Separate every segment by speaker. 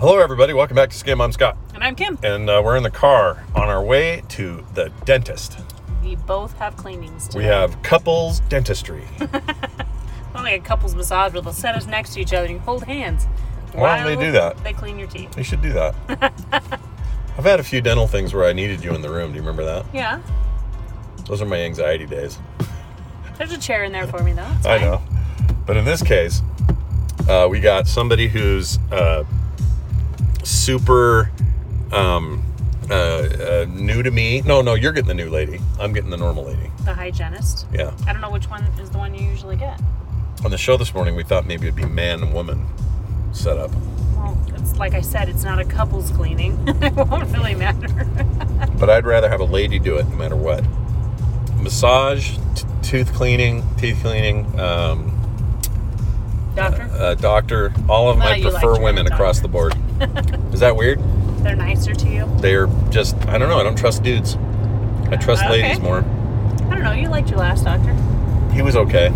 Speaker 1: Hello, everybody. Welcome back to Skim. I'm Scott,
Speaker 2: And I'm Kim.
Speaker 1: and uh, we're in the car on our way to the dentist.
Speaker 2: We both have cleanings today.
Speaker 1: We have couples dentistry.
Speaker 2: Not like a couple's massage where they'll set us next to each other and you hold hands.
Speaker 1: Why don't they
Speaker 2: while
Speaker 1: do that?
Speaker 2: They clean your teeth.
Speaker 1: we should do that. I've had a few dental things where I needed you in the room. Do you remember that?
Speaker 2: Yeah.
Speaker 1: Those are my anxiety days.
Speaker 2: There's a chair in there for me though. It's
Speaker 1: I
Speaker 2: fine.
Speaker 1: know. But in this case, uh, we got somebody who's uh, super um, uh, uh, new to me. No, no, you're getting the new lady. I'm getting the normal lady.
Speaker 2: The hygienist.
Speaker 1: Yeah.
Speaker 2: I don't know which one is the one you usually get.
Speaker 1: On the show this morning, we thought maybe it'd be man and woman set up.
Speaker 2: Well, it's like I said, it's not a couple's cleaning. it won't really matter.
Speaker 1: But I'd rather have a lady do it no matter what. Massage, t- tooth cleaning, teeth cleaning, um,
Speaker 2: Doctor,
Speaker 1: uh, doctor, all of them
Speaker 2: Well,
Speaker 1: I
Speaker 2: you
Speaker 1: prefer
Speaker 2: liked your
Speaker 1: women across
Speaker 2: doctor.
Speaker 1: the board. Is that weird?
Speaker 2: they're nicer to you.
Speaker 1: They're just, I don't know, I don't trust dudes. I trust
Speaker 2: Okay.
Speaker 1: ladies more.
Speaker 2: I don't know. You liked your last doctor.
Speaker 1: He was okay.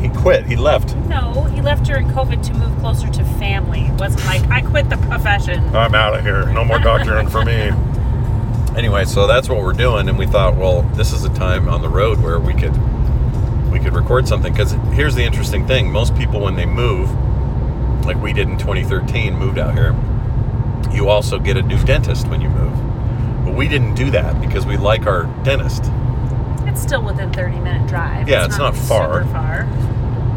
Speaker 1: He quit, he left.
Speaker 2: No, he left during COVID to move closer to family. It wasn't like I quit the profession.
Speaker 1: I'm out of here. No more doctoring for me. Anyway, so that's what we're doing, and we thought, well, this is a time on the road where we could we could record something. Because here's the interesting thing: most people, when they move, like we did in 2013, moved out here, you also get a new dentist when you move. But we didn't do that because we like our dentist.
Speaker 2: It's still within 30 minute drive.
Speaker 1: Yeah, it's not far.
Speaker 2: Super far.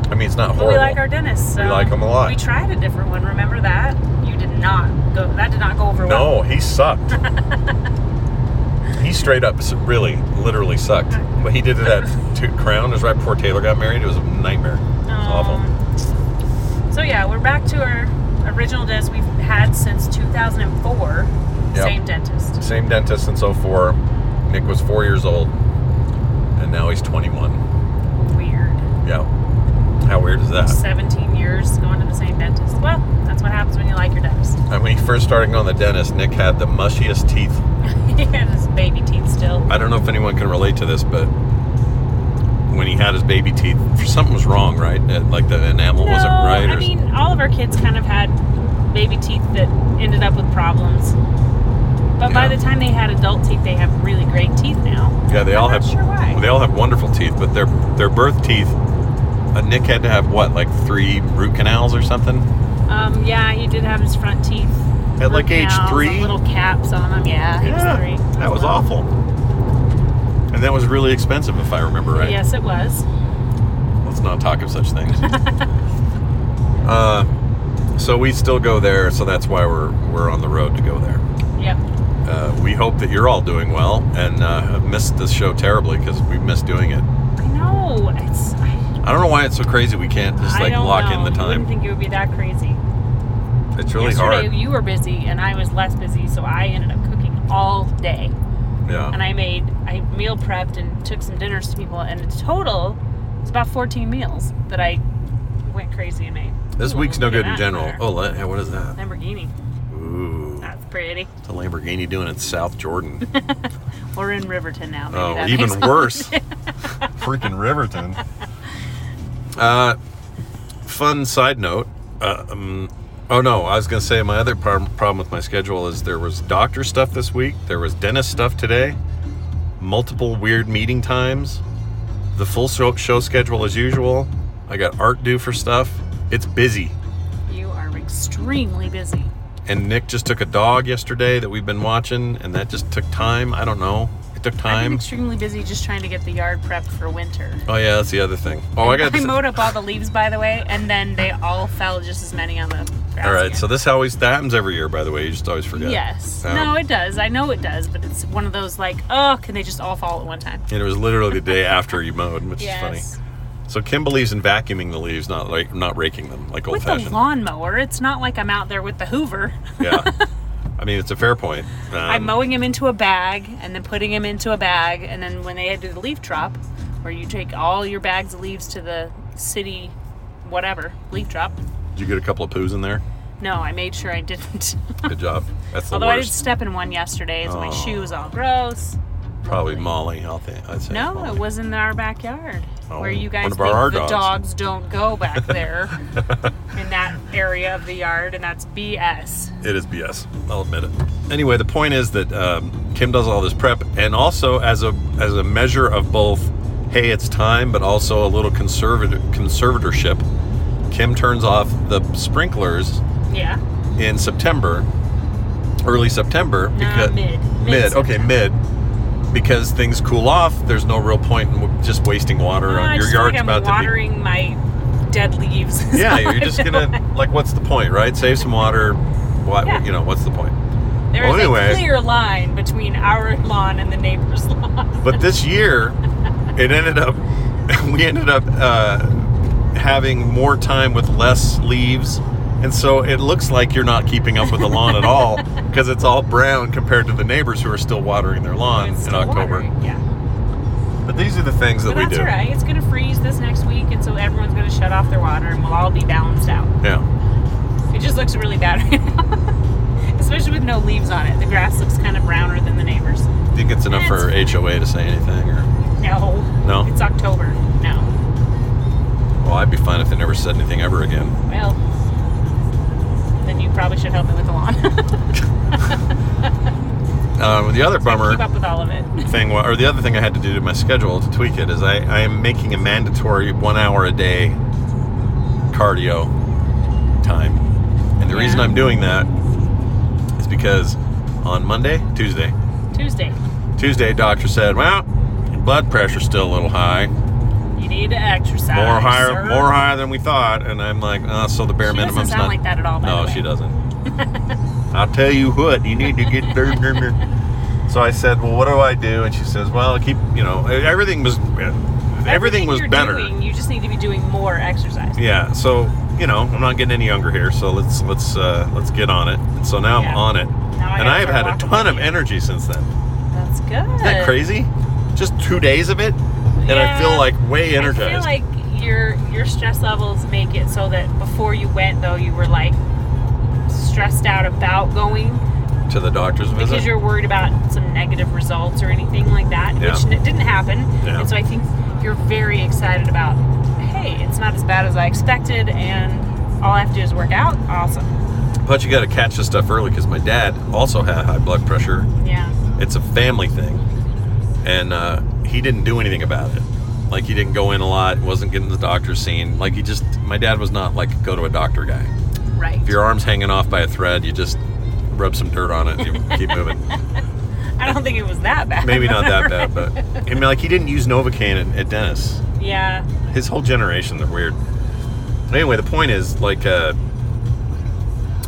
Speaker 1: I mean, it's not
Speaker 2: But
Speaker 1: horrible.
Speaker 2: we like our dentist. So
Speaker 1: We like 'em a lot.
Speaker 2: We tried a different one. Remember that? You did not go. That did not go over well.
Speaker 1: no, he sucked. he straight up, s- really, literally sucked. But he did it at two, Crown. It was right before Taylor got married. It was a nightmare. It was awful.
Speaker 2: awful. Um, So yeah, we're back to our original dentist we've had since 2004.
Speaker 1: Yep.
Speaker 2: Same dentist.
Speaker 1: Same dentist since 04. Nick was four years old, and now he's 21.
Speaker 2: Weird.
Speaker 1: Yeah. How weird is that?
Speaker 2: 17 years going to the same dentist. Well, that's what happens when you like your dentist.
Speaker 1: And when he first started going to the dentist, Nick had the mushiest teeth.
Speaker 2: he had his baby teeth still.
Speaker 1: I don't know if anyone can relate to this, but when he had his baby teeth, something was wrong, right? Uh, Like the enamel wasn't
Speaker 2: No,
Speaker 1: right.
Speaker 2: I
Speaker 1: or
Speaker 2: mean, all of our kids kind of had baby teeth that ended up with problems. But by
Speaker 1: Yeah.
Speaker 2: the time they had adult teeth, they have really great teeth now.
Speaker 1: Yeah, they
Speaker 2: I'm
Speaker 1: all
Speaker 2: not
Speaker 1: have.
Speaker 2: sure why.
Speaker 1: They all have wonderful teeth, but their their birth teeth. Uh, Nick had to have what, like three root canals or something.
Speaker 2: Um, yeah, he did have his front teeth.
Speaker 1: At, like,
Speaker 2: root
Speaker 1: age
Speaker 2: canals and
Speaker 1: three?
Speaker 2: Little caps on them. Yeah, he was three.
Speaker 1: that was
Speaker 2: Well,
Speaker 1: awful. And that was really expensive, if I remember right.
Speaker 2: Yes, it was.
Speaker 1: Let's not talk of such things. uh, so we still go there, so that's why we're we're on the road to go there.
Speaker 2: Yep.
Speaker 1: Uh, we hope that you're all doing well and uh, have missed this show terribly because we missed doing it.
Speaker 2: I know. It's. I,
Speaker 1: I don't know why it's so crazy. We can't just
Speaker 2: I
Speaker 1: like
Speaker 2: don't
Speaker 1: lock
Speaker 2: know.
Speaker 1: in the
Speaker 2: I didn't
Speaker 1: time.
Speaker 2: think it would be that crazy.
Speaker 1: It's really
Speaker 2: Yesterday
Speaker 1: hard.
Speaker 2: you were busy and I was less busy, so I ended up cooking all day.
Speaker 1: yeah.
Speaker 2: and I made I meal prepped and took some dinners to people, and in total, it's about 14 meals that I went crazy and made.
Speaker 1: This
Speaker 2: Ooh,
Speaker 1: week's no
Speaker 2: look at
Speaker 1: good in
Speaker 2: that
Speaker 1: general.
Speaker 2: there.
Speaker 1: Oh, le- yeah, what is that?
Speaker 2: Lamborghini,
Speaker 1: Ooh,
Speaker 2: that's pretty.
Speaker 1: it's a Lamborghini doing in South Jordan.
Speaker 2: We're in Riverton now. Maybe
Speaker 1: Oh,
Speaker 2: that
Speaker 1: even
Speaker 2: makes all-
Speaker 1: worse. Freaking Riverton. Uh, fun side note. Uh, um, oh no, I was gonna say my other prob- problem with my schedule is there was doctor stuff this week. There was dentist stuff today. Multiple weird meeting times. The full show, show schedule as usual. I got art due for stuff. It's busy.
Speaker 2: You are extremely busy.
Speaker 1: and Nick just took a dog yesterday that we've been watching, and that just took time. I don't know. It took
Speaker 2: I'm
Speaker 1: time.
Speaker 2: extremely busy just trying to get the yard prepped for winter.
Speaker 1: Oh yeah, that's the other thing. Oh, I got.
Speaker 2: I
Speaker 1: This.
Speaker 2: mowed up all the leaves, by the way, and then they all fell just as many on the grass.
Speaker 1: All right,
Speaker 2: again.
Speaker 1: so this always that happens every year. By the way, you just always forget.
Speaker 2: Yes.
Speaker 1: Um,
Speaker 2: no, it does. I know it does, but it's one of those like, oh, can they just all fall at one time?
Speaker 1: And it was literally the day after you mowed, which is
Speaker 2: Yes.
Speaker 1: funny. So Kim believes in vacuuming the leaves, not like not raking them, like old
Speaker 2: With the
Speaker 1: fashioned.
Speaker 2: lawnmower, it's not like I'm out there with the Hoover.
Speaker 1: yeah. I mean, it's a fair point. Um,
Speaker 2: I'm mowing them into a bag and then putting them into a bag, and then when they do the leaf drop, where you take all your bags of leaves to the city, whatever leaf drop.
Speaker 1: Did you get a couple of poos in there?
Speaker 2: No, I made sure I didn't.
Speaker 1: Good job. That's the
Speaker 2: Although I did
Speaker 1: worst.
Speaker 2: step in one yesterday, so
Speaker 1: Oh.
Speaker 2: my shoe was all gross.
Speaker 1: Probably Molly. I'll think. I'd say
Speaker 2: No,
Speaker 1: Molly.
Speaker 2: it was in our backyard.
Speaker 1: Oh,
Speaker 2: where you
Speaker 1: one
Speaker 2: guys
Speaker 1: of
Speaker 2: think
Speaker 1: our
Speaker 2: the
Speaker 1: dogs.
Speaker 2: don't go back there in that area of the yard, and that's BS.
Speaker 1: It is BS. I'll admit it. Anyway, the point is that um, Kim does all this prep, and also as a as a measure of both, hey, it's time, but also a little conservative conservatorship. Kim turns off the sprinklers
Speaker 2: Yeah.
Speaker 1: in September, early September,
Speaker 2: Nah, mid.
Speaker 1: mid, okay, mid, because things cool off. There's no real point in w- just wasting water
Speaker 2: Well,
Speaker 1: on
Speaker 2: Ah, I
Speaker 1: your
Speaker 2: just feel
Speaker 1: yard's
Speaker 2: like I'm
Speaker 1: about to be
Speaker 2: watering my dead leaves. is
Speaker 1: yeah,
Speaker 2: all I
Speaker 1: you're just
Speaker 2: feel
Speaker 1: gonna
Speaker 2: like.
Speaker 1: like, what's the point, right? Save some water. Why,
Speaker 2: Yeah.
Speaker 1: you know, what's the point?
Speaker 2: There
Speaker 1: Well,
Speaker 2: is
Speaker 1: anyway.
Speaker 2: a clear line between our lawn and the neighbor's lawn.
Speaker 1: But this year, it ended up we ended up uh, having more time with less leaves, and so it looks like you're not keeping up with the lawn at all because it's all brown compared to the neighbors who are still watering their lawn
Speaker 2: It's
Speaker 1: in
Speaker 2: still
Speaker 1: October.
Speaker 2: watering, Yeah.
Speaker 1: But these are the things that
Speaker 2: But
Speaker 1: we
Speaker 2: that's
Speaker 1: do.
Speaker 2: all right. It's going to freeze this next week, and so everyone's going to shut off their water, and we'll all be balanced out.
Speaker 1: Yeah.
Speaker 2: It just looks really bad right now. Especially with no leaves on it. The grass looks kind of browner than the neighbors.
Speaker 1: I think it's enough for HOA to say anything, or
Speaker 2: No.
Speaker 1: No?
Speaker 2: It's October. No.
Speaker 1: well, I'd be fine if they never said anything ever again.
Speaker 2: Well, then you probably should help me with the lawn.
Speaker 1: Um, the other bummer.
Speaker 2: Keep up with all of it.
Speaker 1: thing, wa- or the other thing I had to do to my schedule to tweak it is I, I am making a mandatory one hour a day cardio time. And the reason
Speaker 2: Yeah.
Speaker 1: I'm doing that is because on Monday, Tuesday,
Speaker 2: Tuesday.
Speaker 1: Tuesday, doctor said, well, your blood pressure's still a little high, more
Speaker 2: You need to exercise.
Speaker 1: higher,
Speaker 2: sir.
Speaker 1: more higher than we thought. And I'm like, oh, so the bare
Speaker 2: She doesn't
Speaker 1: minimum's
Speaker 2: sound
Speaker 1: not.
Speaker 2: like that at all. By the
Speaker 1: No,
Speaker 2: way.
Speaker 1: she doesn't. I'll tell you what, you need to get there. there, there. So I said, well, what do I do? And she says, well, keep, you know, e, everything was, everything, was
Speaker 2: you're
Speaker 1: better.
Speaker 2: doing, you just need to be doing more exercise.
Speaker 1: Yeah. So you know, I'm not getting any younger here. So let's let's uh, let's get on it. And so now I'm
Speaker 2: Yeah.
Speaker 1: on it,
Speaker 2: I
Speaker 1: and
Speaker 2: gotta
Speaker 1: I have
Speaker 2: start
Speaker 1: had a
Speaker 2: walking
Speaker 1: ton
Speaker 2: with
Speaker 1: of
Speaker 2: you.
Speaker 1: energy since then. Isn't
Speaker 2: That's good.
Speaker 1: that crazy? Just two days of it, and I feel
Speaker 2: Yeah.
Speaker 1: like way energized.
Speaker 2: I feel like your your stress levels make it so that before you went though you were like stressed out about going
Speaker 1: to the doctor's visit.
Speaker 2: because you're worried about some negative results or anything like that,
Speaker 1: Yeah.
Speaker 2: which n- didn't happen.
Speaker 1: Yeah.
Speaker 2: And so I think you're very excited about. Hey, it's not as bad as I expected, and all I have to do is work out. Awesome.
Speaker 1: But you got to catch this stuff early because my dad also had high blood pressure.
Speaker 2: Yeah.
Speaker 1: It's a family thing, and uh, he didn't do anything about it. Like he didn't go in a lot, wasn't getting the doctor seen. Like he just, my dad was not like go to a doctor guy.
Speaker 2: Right.
Speaker 1: If your arm's hanging off by a thread, you just rub some dirt on it and you keep moving.
Speaker 2: I don't think it was that bad.
Speaker 1: Maybe not that bad, but I mean, like he didn't use Novocaine at, at Dennis.
Speaker 2: Yeah.
Speaker 1: His whole generation, they're weird. Anyway, the point is, like, uh,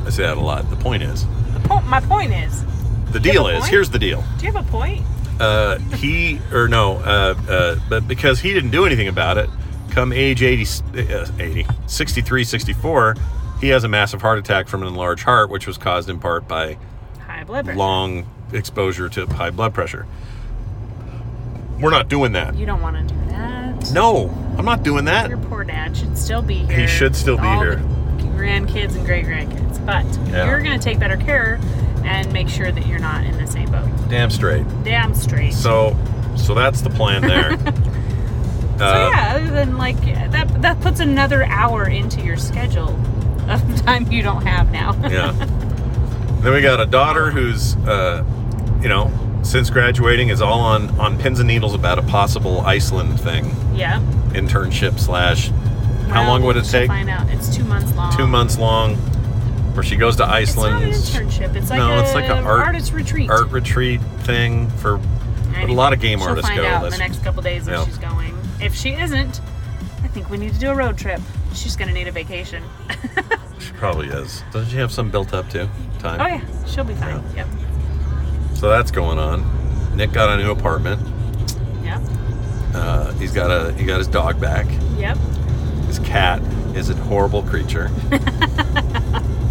Speaker 1: I say that a lot. The point is,
Speaker 2: The po- my point is,
Speaker 1: the
Speaker 2: You have a
Speaker 1: deal is,
Speaker 2: point?
Speaker 1: here's the deal.
Speaker 2: do you have a point?
Speaker 1: uh, he or no, uh, uh, but because he didn't do anything about it, come age 80, uh, 80, 63, 64, he has a massive heart attack from an enlarged heart, which was caused in part by
Speaker 2: High blood pressure.
Speaker 1: long exposure to high blood pressure. We're not doing that.
Speaker 2: You don't want to do that.
Speaker 1: No, I'm not doing that.
Speaker 2: Your poor dad should still be here.
Speaker 1: He should still be
Speaker 2: All
Speaker 1: here.
Speaker 2: the grandkids and great grandkids, but
Speaker 1: Yeah.
Speaker 2: you're gonna take better care and make sure that you're not in the same boat.
Speaker 1: Damn straight.
Speaker 2: Damn straight.
Speaker 1: So, so that's the plan there.
Speaker 2: so
Speaker 1: Uh,
Speaker 2: yeah, other than like that, that puts another hour into your schedule of time you don't have now.
Speaker 1: yeah. Then we got a daughter who's, uh, you know, since graduating is all on on pins and needles about a possible Iceland thing
Speaker 2: yeah.
Speaker 1: internship slash. How
Speaker 2: Well,
Speaker 1: long would
Speaker 2: we'll
Speaker 1: it take?
Speaker 2: Find out. It's two months long.
Speaker 1: Two months long, where she goes to
Speaker 2: It's not
Speaker 1: Iceland.
Speaker 2: an internship. It's like
Speaker 1: No,
Speaker 2: a
Speaker 1: it's like a art-
Speaker 2: artist retreat.
Speaker 1: Art retreat thing for
Speaker 2: Anyway,
Speaker 1: a lot of game
Speaker 2: she'll
Speaker 1: artists
Speaker 2: find
Speaker 1: go.
Speaker 2: out in
Speaker 1: That's-
Speaker 2: the next couple days if
Speaker 1: yeah.
Speaker 2: she's going. If she isn't, I think we need to do a road trip. She's gonna need a vacation.
Speaker 1: She probably is. Doesn't she have some built up too? Time.
Speaker 2: Oh yeah, she'll be fine. Yep.
Speaker 1: So that's going on. Nick got a new apartment.
Speaker 2: Yep.
Speaker 1: Uh, he's got a he got his dog back.
Speaker 2: Yep.
Speaker 1: His cat is a horrible creature.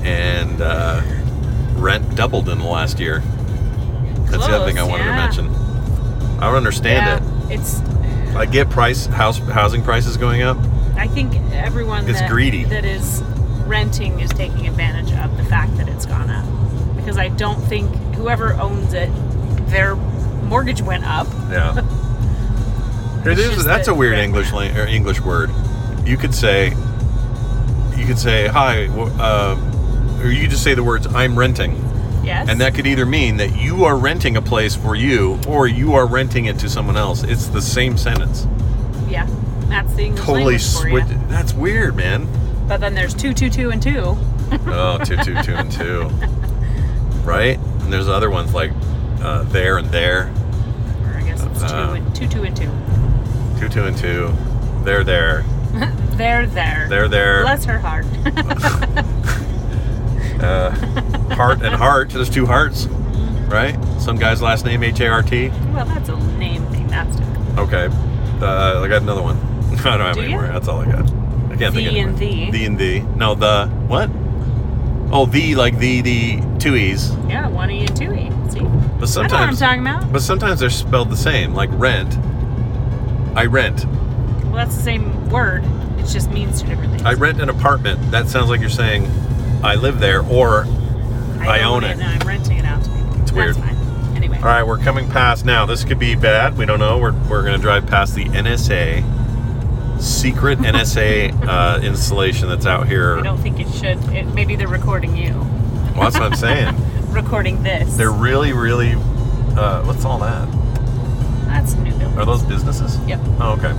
Speaker 1: and uh, rent doubled in the last year. That's the other thing I
Speaker 2: Close,
Speaker 1: wanted
Speaker 2: yeah.
Speaker 1: to mention. I don't understand
Speaker 2: yeah. It's.
Speaker 1: it. I get price house housing prices going up.
Speaker 2: I think everyone
Speaker 1: It's
Speaker 2: that,
Speaker 1: greedy.
Speaker 2: that is renting is taking advantage of the fact that it's gone up because I don't think whoever owns it, their mortgage went up.
Speaker 1: Yeah. It
Speaker 2: It's
Speaker 1: is.
Speaker 2: just
Speaker 1: That's
Speaker 2: that-
Speaker 1: a weird
Speaker 2: yeah.
Speaker 1: English la- or English word. You could say, you could say, "Hi," w- uh, or you could just say the words, "I'm renting,"
Speaker 2: Yes.
Speaker 1: and that could either mean that you are renting a place for you, or you are renting it to someone else. It's the same sentence.
Speaker 2: Yeah. That's the English
Speaker 1: Totally
Speaker 2: language for you.
Speaker 1: switch. That's weird, man.
Speaker 2: But then there's two, two, two, and two.
Speaker 1: oh, two, two, two, and two. Right? And there's other ones like uh, there and there,
Speaker 2: Or I guess it's two,
Speaker 1: Uh,
Speaker 2: and, two, two, and two.
Speaker 1: two, two, and two. There, there,
Speaker 2: They're there.
Speaker 1: there, there.
Speaker 2: Bless her heart.
Speaker 1: uh, heart and heart. There's two hearts,
Speaker 2: Mm-hmm.
Speaker 1: right? Some guy's last name H A R T.
Speaker 2: well, that's a name gymnastic.
Speaker 1: Okay, uh, I got another one. I don't have
Speaker 2: Do
Speaker 1: any
Speaker 2: you?
Speaker 1: more. That's all I got. I can't think of
Speaker 2: The
Speaker 1: any
Speaker 2: and
Speaker 1: more.
Speaker 2: the.
Speaker 1: The and the. No, the what? Oh, the like the the two e's.
Speaker 2: Yeah, one E and two E.
Speaker 1: But
Speaker 2: See? I know what I'm
Speaker 1: sometimes,
Speaker 2: talking about.
Speaker 1: but sometimes they're spelled the same, like rent. I rent.
Speaker 2: Well, that's the same word. It just means two different things.
Speaker 1: I rent an apartment. That sounds like you're saying I live there or I own it.
Speaker 2: And I'm renting it out to people.
Speaker 1: It's weird.
Speaker 2: That's fine. Anyway.
Speaker 1: All right, we're coming past now. This could be bad. We don't know. We're, we're going to drive past the NSA, secret NSA uh, installation that's out here.
Speaker 2: I
Speaker 1: Well,
Speaker 2: don't think it should. It, maybe they're recording you.
Speaker 1: that's what I'm saying.
Speaker 2: Recording this.
Speaker 1: They're really, really. Uh, what's all that?
Speaker 2: That's a new building.
Speaker 1: Are those businesses?
Speaker 2: Yep.
Speaker 1: Oh, okay.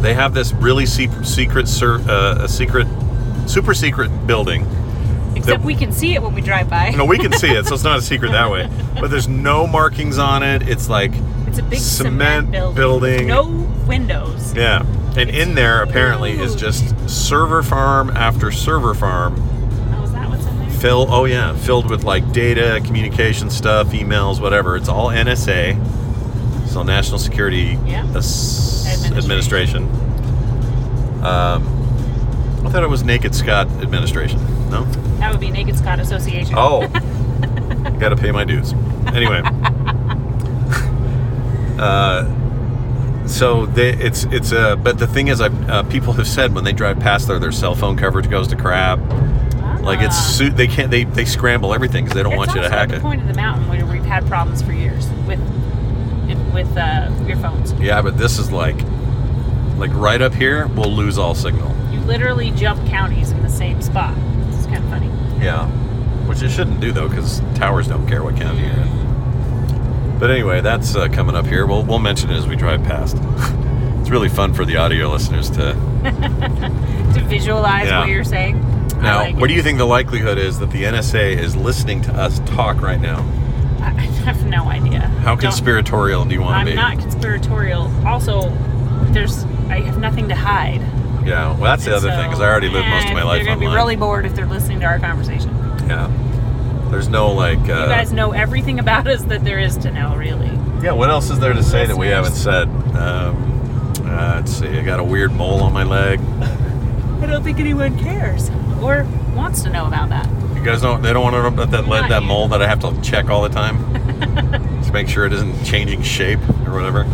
Speaker 1: They have this really se- secret, ser- uh, a secret, super secret building.
Speaker 2: Except
Speaker 1: They're-
Speaker 2: we can see it when we drive by.
Speaker 1: No, we can see it, so it's not a secret that way. But there's no markings on it. It's like,
Speaker 2: It's a
Speaker 1: Cement
Speaker 2: big cement,
Speaker 1: building.
Speaker 2: building. No windows.
Speaker 1: yeah. And in there, apparently, is just server farm after server farm.
Speaker 2: Oh, is that what's in there?
Speaker 1: Fill, oh yeah, filled with like data, communication stuff, emails, whatever. It's all NSA, so National Security
Speaker 2: Yeah.
Speaker 1: As- Administration.
Speaker 2: Administration.
Speaker 1: Um, I thought it was Naked Scott Administration. No.
Speaker 2: That would be Naked Scott Association.
Speaker 1: Oh, gotta pay my dues. Anyway, uh, so they, it's it's a. But the thing is, I uh, people have said when they drive past there, their cell phone coverage goes to crap. Like it's
Speaker 2: Ah.
Speaker 1: su- they can't they they scramble everything because they don't
Speaker 2: It's
Speaker 1: want you to
Speaker 2: also
Speaker 1: hack
Speaker 2: the
Speaker 1: it.
Speaker 2: point of the mountain where we've had problems for years with with uh, your phones.
Speaker 1: Yeah, but this is like like right up here, we'll lose all signal.
Speaker 2: You literally jump counties in the same spot. It's kind of funny.
Speaker 1: Yeah, which it shouldn't do though because towers don't care what county you're in. But anyway, that's uh, coming up here. We'll we'll mention it as we drive past. it's really fun for the audio listeners to.
Speaker 2: To visualize
Speaker 1: Yeah.
Speaker 2: what you're saying. I
Speaker 1: Now,
Speaker 2: like
Speaker 1: what
Speaker 2: it.
Speaker 1: do you think the likelihood is that the NSA is listening to us talk right now?
Speaker 2: I I have no idea.
Speaker 1: How
Speaker 2: Don't-
Speaker 1: conspiratorial do you want
Speaker 2: I'm
Speaker 1: to be?
Speaker 2: not conspiratorial. Also, there's I have nothing to hide.
Speaker 1: Yeah, well, that's the other thing because I already lived most of my life
Speaker 2: They're gonna
Speaker 1: online.
Speaker 2: be really bored if they're listening to our conversation.
Speaker 1: yeah, there's no like. Uh,
Speaker 2: you guys know everything about us that there is to know, really.
Speaker 1: Yeah, what else is there to say that we haven't
Speaker 2: Listeners.
Speaker 1: said? Um, uh, let's see, I got a weird mole on my leg.
Speaker 2: I don't think anyone cares or wants to know about that.
Speaker 1: You guys don't, they don't want to know about that lead,
Speaker 2: Not
Speaker 1: that
Speaker 2: you.
Speaker 1: mole that I have to check all the time to make sure it isn't changing shape or whatever.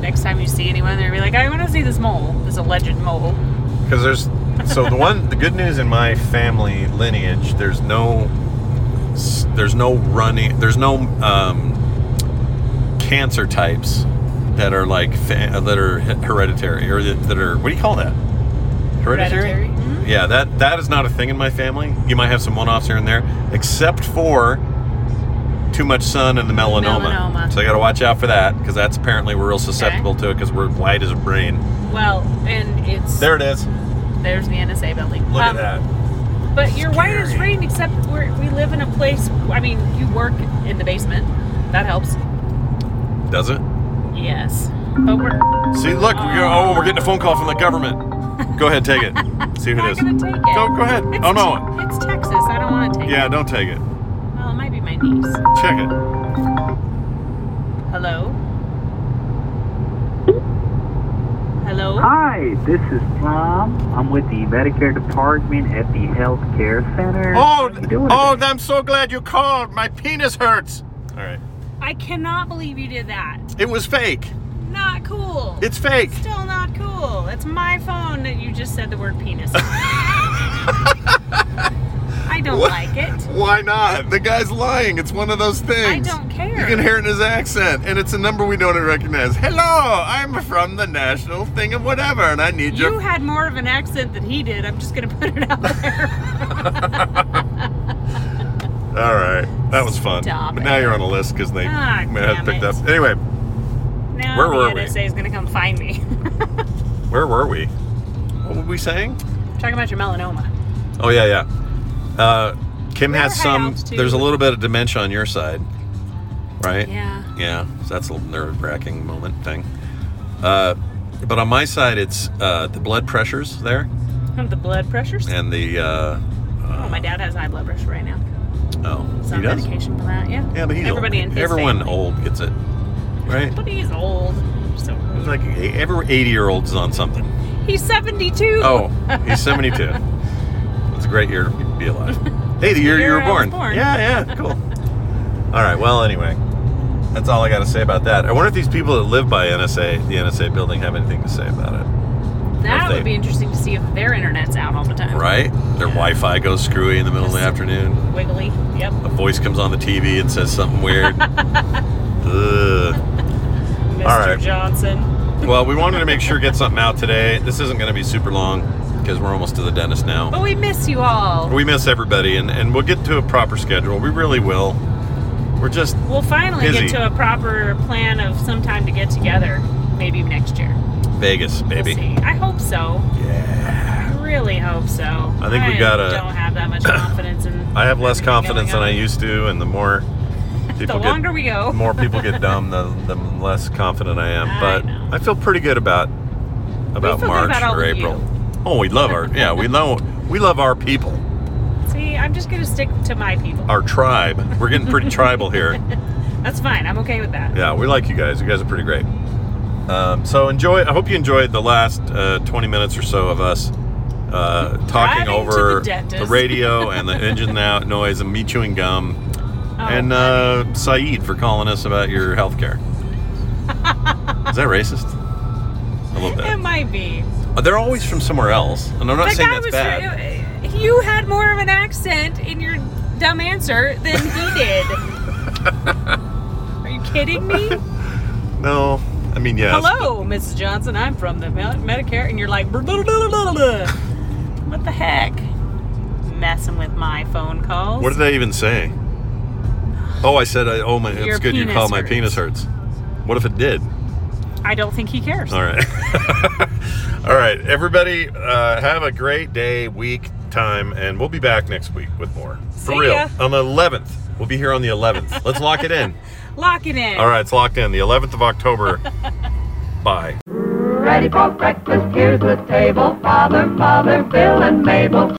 Speaker 2: Next time you see anyone, they're gonna be like, I want to see this mole, this alleged mole.
Speaker 1: Because there's, so the one, the good news in my family lineage, there's no, there's no running, there's no um, cancer types that are like, fa- that are hereditary or that that are, what do you call that?
Speaker 2: Hereditary. Mhm.
Speaker 1: Yeah, that that is not a thing in my family. You might have some one-offs here and there, except for too much sun and the melanoma.
Speaker 2: Melanoma.
Speaker 1: So I got to watch out for that because that's apparently we're real susceptible to it because we're white as a brain.
Speaker 2: Well, and it's
Speaker 1: There it is.
Speaker 2: there's the NSA building.
Speaker 1: Look at
Speaker 2: Um,
Speaker 1: that.
Speaker 2: But you're white as
Speaker 1: Scary.
Speaker 2: rain, except we're, we live in a place. I mean, you work in the basement. That helps.
Speaker 1: Does it?
Speaker 2: Yes. But we're not
Speaker 1: See, look. We go, oh, we're getting a phone call from the government. Go ahead, take it. See who it is.
Speaker 2: gonna take it.
Speaker 1: Go, go ahead.
Speaker 2: It's
Speaker 1: Oh no.
Speaker 2: Te- it's Texas. I don't want to take
Speaker 1: Yeah,
Speaker 2: it.
Speaker 1: don't take it.
Speaker 2: Well, it might be my niece.
Speaker 1: Check it.
Speaker 2: Hello. Hello.
Speaker 3: Hi, this is Tom. I'm with the Medicare Department at the Health Care Center.
Speaker 1: Oh,
Speaker 3: How you doing
Speaker 1: oh,
Speaker 3: today?
Speaker 1: I'm so glad you called. My penis hurts. All right.
Speaker 2: I cannot believe you did that.
Speaker 1: It was fake.
Speaker 2: Not cool.
Speaker 1: It's fake.
Speaker 2: still not cool. It's my phone that you just said the word penis. I I don't
Speaker 1: What?
Speaker 2: like it.
Speaker 1: Why not? The guy's lying. It's one of those things.
Speaker 2: don't care.
Speaker 1: You can hear it in his accent, and it's a number we don't recognize. Hello, I'm from the national thing of whatever, and I need
Speaker 2: You
Speaker 1: your
Speaker 2: had more of an accent than he did. I'm just gonna put it out there.
Speaker 1: All right, that was fun.
Speaker 2: Stop
Speaker 1: but
Speaker 2: it.
Speaker 1: now you're on a list because they
Speaker 2: Ah,
Speaker 1: may have
Speaker 2: damn
Speaker 1: picked
Speaker 2: it.
Speaker 1: up. Anyway,
Speaker 2: now
Speaker 1: Where
Speaker 2: the
Speaker 1: were we?
Speaker 2: NSA is gonna come find me.
Speaker 1: where were we? What were we saying?
Speaker 2: Talking about your melanoma.
Speaker 1: Oh yeah, yeah. Uh, Kim
Speaker 2: Remember
Speaker 1: has
Speaker 2: high
Speaker 1: some.
Speaker 2: altitude?
Speaker 1: There's a little bit of dementia on your side, right?
Speaker 2: Yeah.
Speaker 1: Yeah, so that's a nerve-wracking moment thing. Uh, but on my side, it's uh, the blood pressures there
Speaker 2: The blood pressures.
Speaker 1: and the. Uh,
Speaker 2: Oh, my dad has high blood pressure right now.
Speaker 1: oh,
Speaker 2: He's
Speaker 1: he
Speaker 2: on
Speaker 1: does.
Speaker 2: medication for that. Yeah.
Speaker 1: Yeah, but he's
Speaker 2: everybody
Speaker 1: old.
Speaker 2: in his
Speaker 1: everyone
Speaker 2: family.
Speaker 1: old gets it, right?
Speaker 2: But he's old. So
Speaker 1: It's like every 80-year-old is on something.
Speaker 2: he's 72.
Speaker 1: Oh, he's 72. It's a great year to be alive. Hey, the year, you
Speaker 2: year
Speaker 1: were
Speaker 2: I was
Speaker 1: born.
Speaker 2: born.
Speaker 1: Yeah, yeah, cool. all right, well, anyway, that's all I got to say about that. I wonder if these people that live by NSA, the NSA building, have anything to say about it.
Speaker 2: that
Speaker 1: if they-
Speaker 2: would be interesting to see if their internet's out all the time.
Speaker 1: Right? Their Wi Fi goes screwy in the middle of the afternoon.
Speaker 2: Wiggly. Yep.
Speaker 1: A voice comes on the TV and says something weird. Ugh.
Speaker 2: Mr.
Speaker 1: All right.
Speaker 2: Johnson.
Speaker 1: Well, we wanted to make sure get something out today. This isn't going to be super long because we're almost to the dentist now.
Speaker 2: But we miss you all.
Speaker 1: We miss everybody, and, and we'll get to a proper schedule. We really will. We're just,
Speaker 2: We'll finally
Speaker 1: Busy.
Speaker 2: get to a proper plan of some time to get together. Maybe next year.
Speaker 1: Vegas, baby.
Speaker 2: We'll see. I hope so. I really hope so. I
Speaker 1: think we gotta-
Speaker 2: Don't have that much confidence in.
Speaker 1: I have less
Speaker 2: everything going
Speaker 1: confidence than I
Speaker 2: on.
Speaker 1: used to, and the more
Speaker 2: The
Speaker 1: people
Speaker 2: longer
Speaker 1: get,
Speaker 2: we go.
Speaker 1: the more people get dumb, the, the less confident I am.
Speaker 2: I
Speaker 1: But
Speaker 2: know.
Speaker 1: I, feel pretty good about about
Speaker 2: feel good
Speaker 1: March
Speaker 2: about all
Speaker 1: or
Speaker 2: of
Speaker 1: April.
Speaker 2: you.
Speaker 1: Oh, we love our yeah, we know we love our people,
Speaker 2: See, I'm just gonna stick to my people.
Speaker 1: our tribe. We're getting pretty tribal here.
Speaker 2: That's fine. I'm okay with that.
Speaker 1: Yeah, we like you guys. You guys are pretty great. Um, so enjoy. I hope you enjoyed the last uh, 20 minutes or so of us uh, talking
Speaker 2: Driving to
Speaker 1: over
Speaker 2: the dentist.
Speaker 1: radio and the engine now noise and me chewing gum
Speaker 2: Oh,
Speaker 1: and uh, Saeed for calling us about your health care. Is that racist? A little
Speaker 2: it
Speaker 1: bit. Uh,
Speaker 2: might be.
Speaker 1: They're always from somewhere else, and I'm not
Speaker 2: the
Speaker 1: saying
Speaker 2: guy
Speaker 1: that's
Speaker 2: was.
Speaker 1: bad.
Speaker 2: You had more of an accent in your dumb answer than he did. Are you kidding me?
Speaker 1: No, I mean yes.
Speaker 2: Hello, Mrs. Johnson. I'm from the Mel- Medicare, and you're like, "Blah, blah, blah, blah, blah, blah." what the heck? Messing with my phone calls.
Speaker 1: What did I even say? Oh, I said, I, oh my,
Speaker 2: Your
Speaker 1: it's good you
Speaker 2: penis
Speaker 1: call my
Speaker 2: hurts.
Speaker 1: penis hurts. What if it did?
Speaker 2: I don't think he cares.
Speaker 1: All right. All right. Everybody, uh, have a great day, week, time, and we'll be back next week with more. For
Speaker 2: See
Speaker 1: real.
Speaker 2: ya.
Speaker 1: On the 11th. We'll be here on the 11th. Let's lock it in.
Speaker 2: Lock it in.
Speaker 1: All right. It's locked in. The 11th of October. Bye.
Speaker 4: Ready for breakfast, here's the table. Father, Mother, Bill, and Mabel.